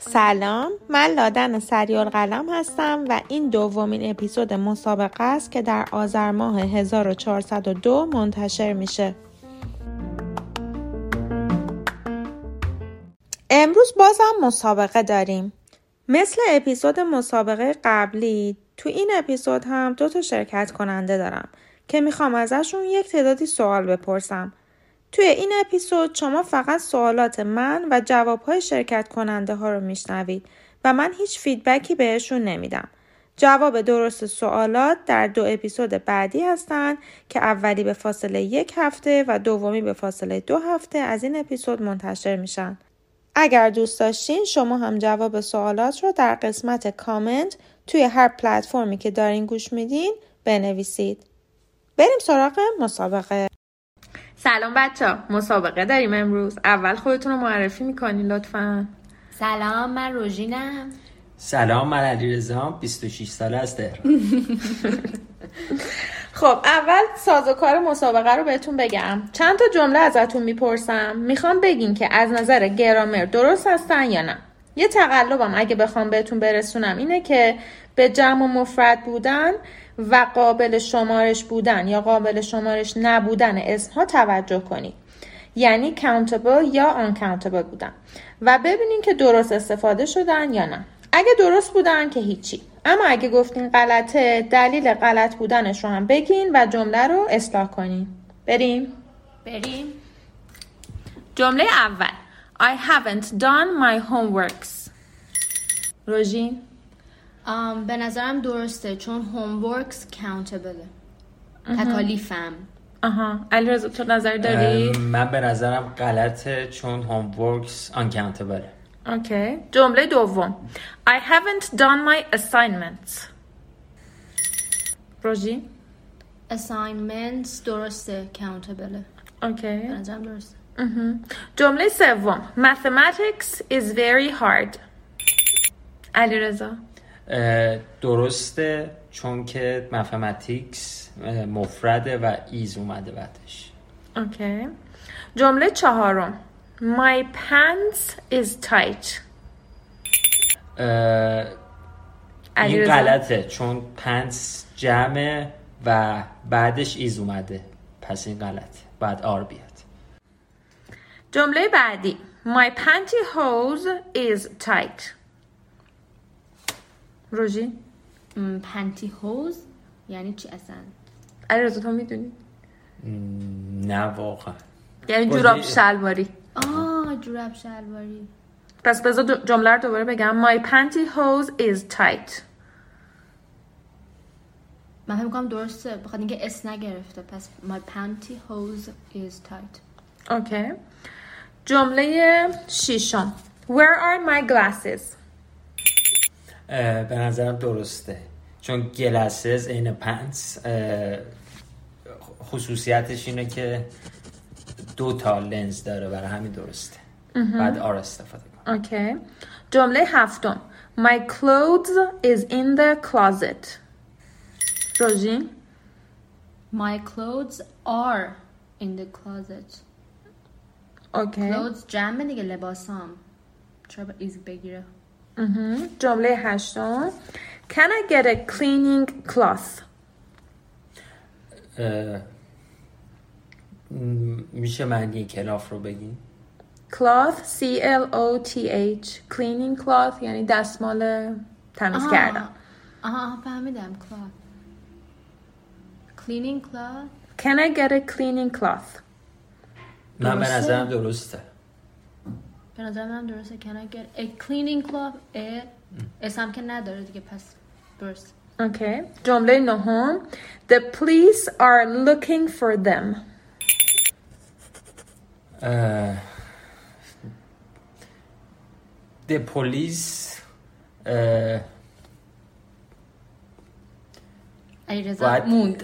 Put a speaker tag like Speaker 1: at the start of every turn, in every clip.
Speaker 1: سلام من لادن سریال قلم هستم و این دومین اپیزود مسابقه است که در آذر ماه 1402 منتشر میشه امروز بازم مسابقه داریم مثل اپیزود مسابقه قبلی تو این اپیزود هم دو تا شرکت کننده دارم که میخوام ازشون یک تعدادی سوال بپرسم توی این اپیزود شما فقط سوالات من و جوابهای شرکت کننده ها رو میشنوید و من هیچ فیدبکی بهشون نمیدم. جواب درست سوالات در دو اپیزود بعدی هستند که اولی به فاصله یک هفته و دومی به فاصله دو هفته از این اپیزود منتشر میشن. اگر دوست داشتین شما هم جواب سوالات رو در قسمت کامنت توی هر پلتفرمی که دارین گوش میدین بنویسید. بریم سراغ مسابقه. سلام بچه مسابقه داریم امروز اول خودتون رو معرفی میکنین لطفا
Speaker 2: سلام من روژینم
Speaker 3: سلام من علی رزام 26 ساله از تهران
Speaker 1: خب اول سازوکار مسابقه رو بهتون بگم چند تا جمله ازتون میپرسم میخوام بگین که از نظر گرامر درست هستن یا نه یه تقلبم اگه بخوام بهتون برسونم اینه که به جمع و مفرد بودن و قابل شمارش بودن یا قابل شمارش نبودن اسمها توجه کنید یعنی countable یا uncountable بودن و ببینین که درست استفاده شدن یا نه اگه درست بودن که هیچی اما اگه گفتین غلطه دلیل غلط بودنش رو هم بگین و جمله رو اصلاح کنین بریم
Speaker 2: بریم
Speaker 1: جمله اول I haven't done my homeworks روژین
Speaker 2: آم، به نظرم درسته چون هومورکس کانتبله تکالیفم
Speaker 1: آها علی تو نظری داری؟
Speaker 3: ام، من به نظرم غلطه چون هوم ورکس آنکانتبله
Speaker 1: اوکی جمله دوم I haven't done my assignments روژین
Speaker 2: assignments درسته کانتبله به
Speaker 1: اوکی
Speaker 2: نظرم درسته
Speaker 1: جمله سوم Mathematics is very hard علی رزا
Speaker 3: اه، درسته چون که مفهمتیکس اه، مفرده و ایز اومده بعدش
Speaker 1: اوکی جمله چهارم My pants is tight
Speaker 3: اه، این
Speaker 1: علیرضا.
Speaker 3: غلطه چون پنس جمعه و بعدش ایز اومده پس این غلطه بعد آر بیاد
Speaker 1: جمله بعدی My pantyhose is tight روژین
Speaker 2: م، پنتی هوز یعنی چی اصلا
Speaker 1: علی تو میدونی
Speaker 3: نه واقعا
Speaker 1: یعنی
Speaker 3: بازی-
Speaker 1: جوراب شلواری
Speaker 2: آه جوراب شلواری
Speaker 1: پس بذار دو- جمله رو دوباره بگم My pantyhose is tight
Speaker 2: من فکر می‌کنم درسته بخاطر اینکه اس نگرفته پس my panty hose is tight
Speaker 1: اوکی جمله ششم Where are my glasses?
Speaker 3: اه، به نظرم درسته چون گلسز این پنس اه، خصوصیتش اینه که دو تا لنز داره برای همین درسته بعد آر استفاده کن
Speaker 1: اوکی جمله هفتم My clothes is in the closet روژین
Speaker 2: my clothes are in the closet
Speaker 1: اوکی
Speaker 2: clothes جمع دیگه لباسام چرا به ایز بگیره
Speaker 1: مهم. جمله هشتم Can I get a cleaning cloth?
Speaker 3: اه، م- میشه معنی کلاف رو بگین
Speaker 1: Cloth C L O T H Cleaning cloth یعنی دستمال تمیز
Speaker 2: آها.
Speaker 1: کردن
Speaker 2: آها آها، فهمیدم کلاب کلینینگ کلاب
Speaker 1: Can I get a cleaning cloth?
Speaker 3: من به
Speaker 2: درسته.
Speaker 3: نظرم درسته
Speaker 2: به نظر من درسته can I get a cleaning club اه، اسم که نداره دیگه پس درست
Speaker 1: Okay. جمله نهم The police are looking for them.
Speaker 3: د پلیس اه،
Speaker 2: علیرضا
Speaker 3: باید-
Speaker 2: موند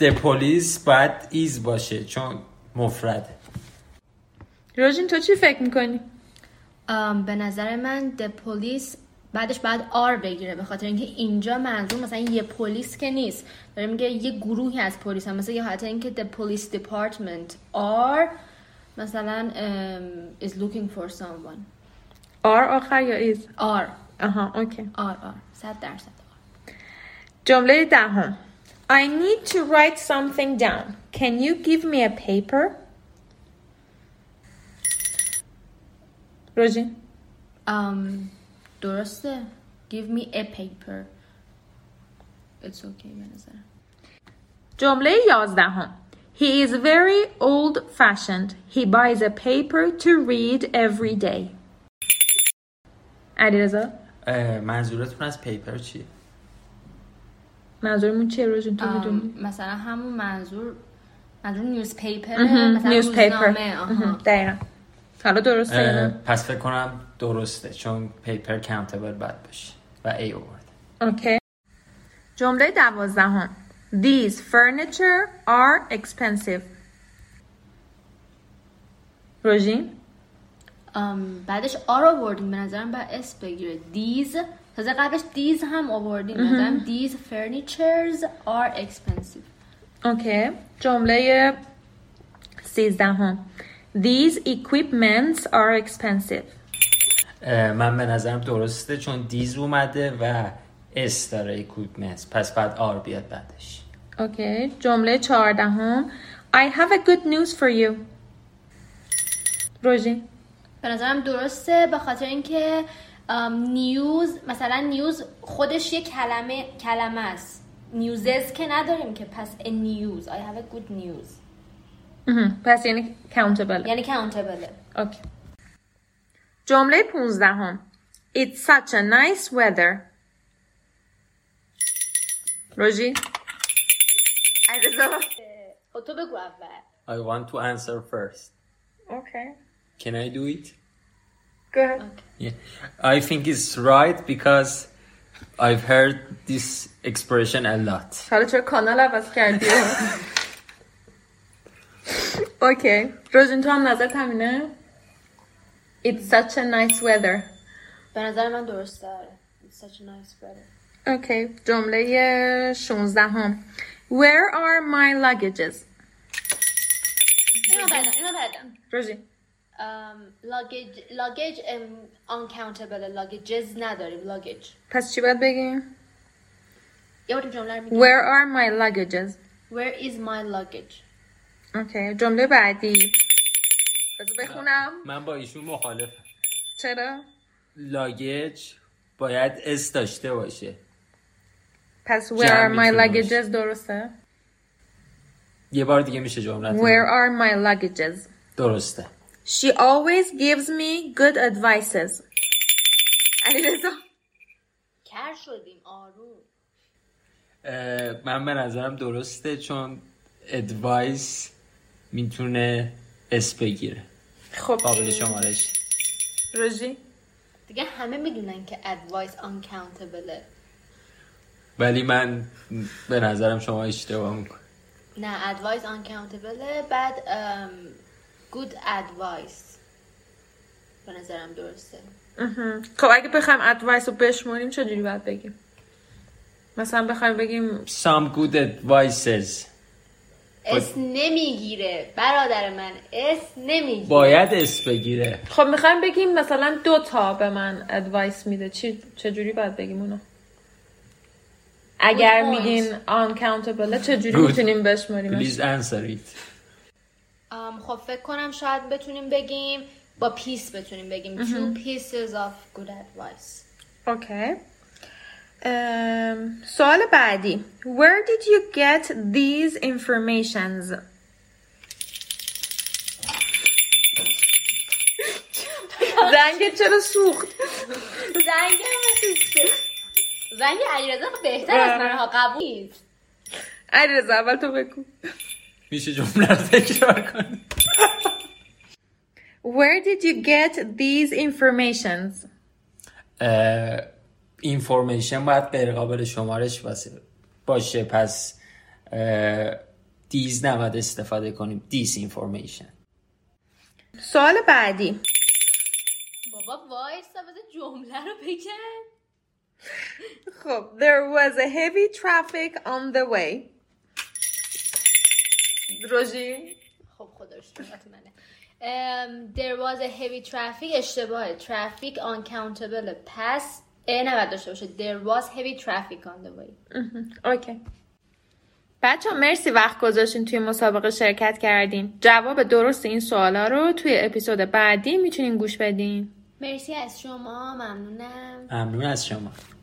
Speaker 3: د پلیس باید ایز باشه چون مفرده
Speaker 1: روژین تو چی فکر میکنی؟
Speaker 2: آم، به نظر من the police بعدش بعد آر بگیره به خاطر اینکه اینجا منظور مثلا یه پلیس که نیست داره میگه یه گروهی از پلیس هم مثلا یه حالت اینکه the police department are مثلا ام، is looking for someone
Speaker 1: آر آخر یا ایز
Speaker 2: are
Speaker 1: آها اوکی
Speaker 2: are are صد درصد are.
Speaker 1: جمله دهم I need to write something down. Can you give me a paper? روژین
Speaker 2: ام، Um, درسته give me a paper it's okay به نظرم
Speaker 1: جمله یازدهم He is very old fashioned. He buys a paper to read every day. علیرضا
Speaker 3: اه، منظورتون از پیپر چیه؟
Speaker 1: منظورمون چیه روژین تو
Speaker 2: ام،
Speaker 1: میدونی
Speaker 2: Um, مثلا همون منظور منظور نیوزپیپر
Speaker 1: Mm-hmm.
Speaker 2: مثلا روزنامه، آها.
Speaker 1: دقیقا حالا درسته یا
Speaker 3: اه،
Speaker 1: نه؟
Speaker 3: پس فکر کنم درسته چون پیپر کانتبل بد باشه و ای اوورد
Speaker 1: اوکی جمله دوازدهم These furniture are expensive. روژین
Speaker 2: ام، Um, بعدش آر آوردیم به نظرم بعد اس بگیره دیز تازه قبلش دیز هم آوردیم به نظرم دیز فرنیچرز آر اکسپنسیو
Speaker 1: اوکی جمله سیزدهم These equipments are expensive.
Speaker 3: اه، من به نظرم درسته چون دیز اومده و اس داره اکویپمنت پس بعد آر بیاد بعدش
Speaker 1: اوکی جمله چهاردهم I have a good news for you. روژین
Speaker 2: به نظرم درسته به خاطر اینکه ام، نیوز مثلا نیوز خودش یه کلمه کلمه است نیوزز که نداریم که پس a news I have a good news
Speaker 1: اها، پس یعنی countable.
Speaker 2: یعنی کانتبله
Speaker 1: اوکی جمله پونزدهم It's such a nice weather روژی
Speaker 2: خب تو بگو اول
Speaker 3: I want to answer first
Speaker 1: Okay.
Speaker 3: Can I do it?
Speaker 1: Go ahead.
Speaker 3: Yeah. I think it's right because I've heard this expression a lot.
Speaker 1: حالا چرا کانال عوض کردی اوکی روژین تو هم نظرت همینه It's such a nice weather
Speaker 2: به نظر من درسته آره. It's such a nice weather.
Speaker 1: اوکی جمله شونزدهم Where are my luggages
Speaker 2: اینو بعدم اینو بعدم
Speaker 1: روژین
Speaker 2: um, luggage luggage um, uncountable luggages نداریم luggage
Speaker 1: پس چی باید بگیم
Speaker 2: یه بار تو جمله رو میگیم
Speaker 1: Where are my luggages
Speaker 2: where is my luggage
Speaker 1: اوکی جمله بعدی بذار بخونم
Speaker 3: من با ایشون مخالفم
Speaker 1: چرا
Speaker 3: لاگیج باید اس داشته باشه
Speaker 1: پس where
Speaker 3: جمع
Speaker 1: are my
Speaker 3: می‌کنیم.
Speaker 1: luggages درسته
Speaker 3: یه بار دیگه میشه جملت
Speaker 1: where are my luggages
Speaker 3: درسته
Speaker 1: she always gives me good advices علیرضا
Speaker 2: کر شدیم آروم
Speaker 3: اه، من به نظرم درسته چون ادوایس میتونه اس بگیره
Speaker 1: خب
Speaker 3: قابل شمارش
Speaker 1: روژی
Speaker 2: دیگه همه میدونن که advice uncountable
Speaker 3: ولی من به نظرم شما اشتباه میکن
Speaker 2: نه advice uncountable بعد um, good advice به نظرم درسته
Speaker 1: اها. خب اگه بخوایم ادوایس رو بشماریم چجوری باید بگیم مثلا بخوایم بگیم
Speaker 3: Some good advices
Speaker 2: اس نمیگیره برادر من اس نمیگیره
Speaker 3: باید اس بگیره
Speaker 1: خب میخوایم بگیم مثلا دو تا به من ادوایس میده چی چجوری باید بگیم اونو اگر
Speaker 2: Good point.
Speaker 1: میگین uncountable چجوری
Speaker 3: Good.
Speaker 1: میتونیم بشماریمش
Speaker 3: Please answer it
Speaker 2: Um, خب فکر کنم شاید بتونیم بگیم با پیس بتونیم بگیم two pieces of good advice
Speaker 1: اوکی ام، Um, سوال بعدی Where did you get these informations? زنگ چرا سوخت؟
Speaker 2: زنگ زنگ علیرضا خب بهتر
Speaker 1: آره.
Speaker 2: از منها قبول نیست
Speaker 1: علیرضا اول تو بگو
Speaker 3: میشه جمله رو تکرار کنی
Speaker 1: Where did you get these informations?
Speaker 3: اه، اینفورمیشن باید غیر قابل شمارش باشه- باشه پس اه، دیز نباید استفاده کنیم دیس اینفورمیشن
Speaker 1: سوال بعدی
Speaker 2: بابا وایسا بذار جمله رو بگم
Speaker 1: خب there was a heavy traffic on the way روژی
Speaker 2: خب خدا رو شکر منه um, there was a heavy traffic اشتباهه traffic uncountable پس ا نباید داشته باشه there was heavy traffic on the way
Speaker 1: اوکی بچه مرسی وقت گذاشتین توی مسابقه شرکت کردین جواب درست این سوالا رو توی اپیزود بعدی میتونین گوش بدین
Speaker 2: مرسی از شما ممنونم
Speaker 3: ممنون از شما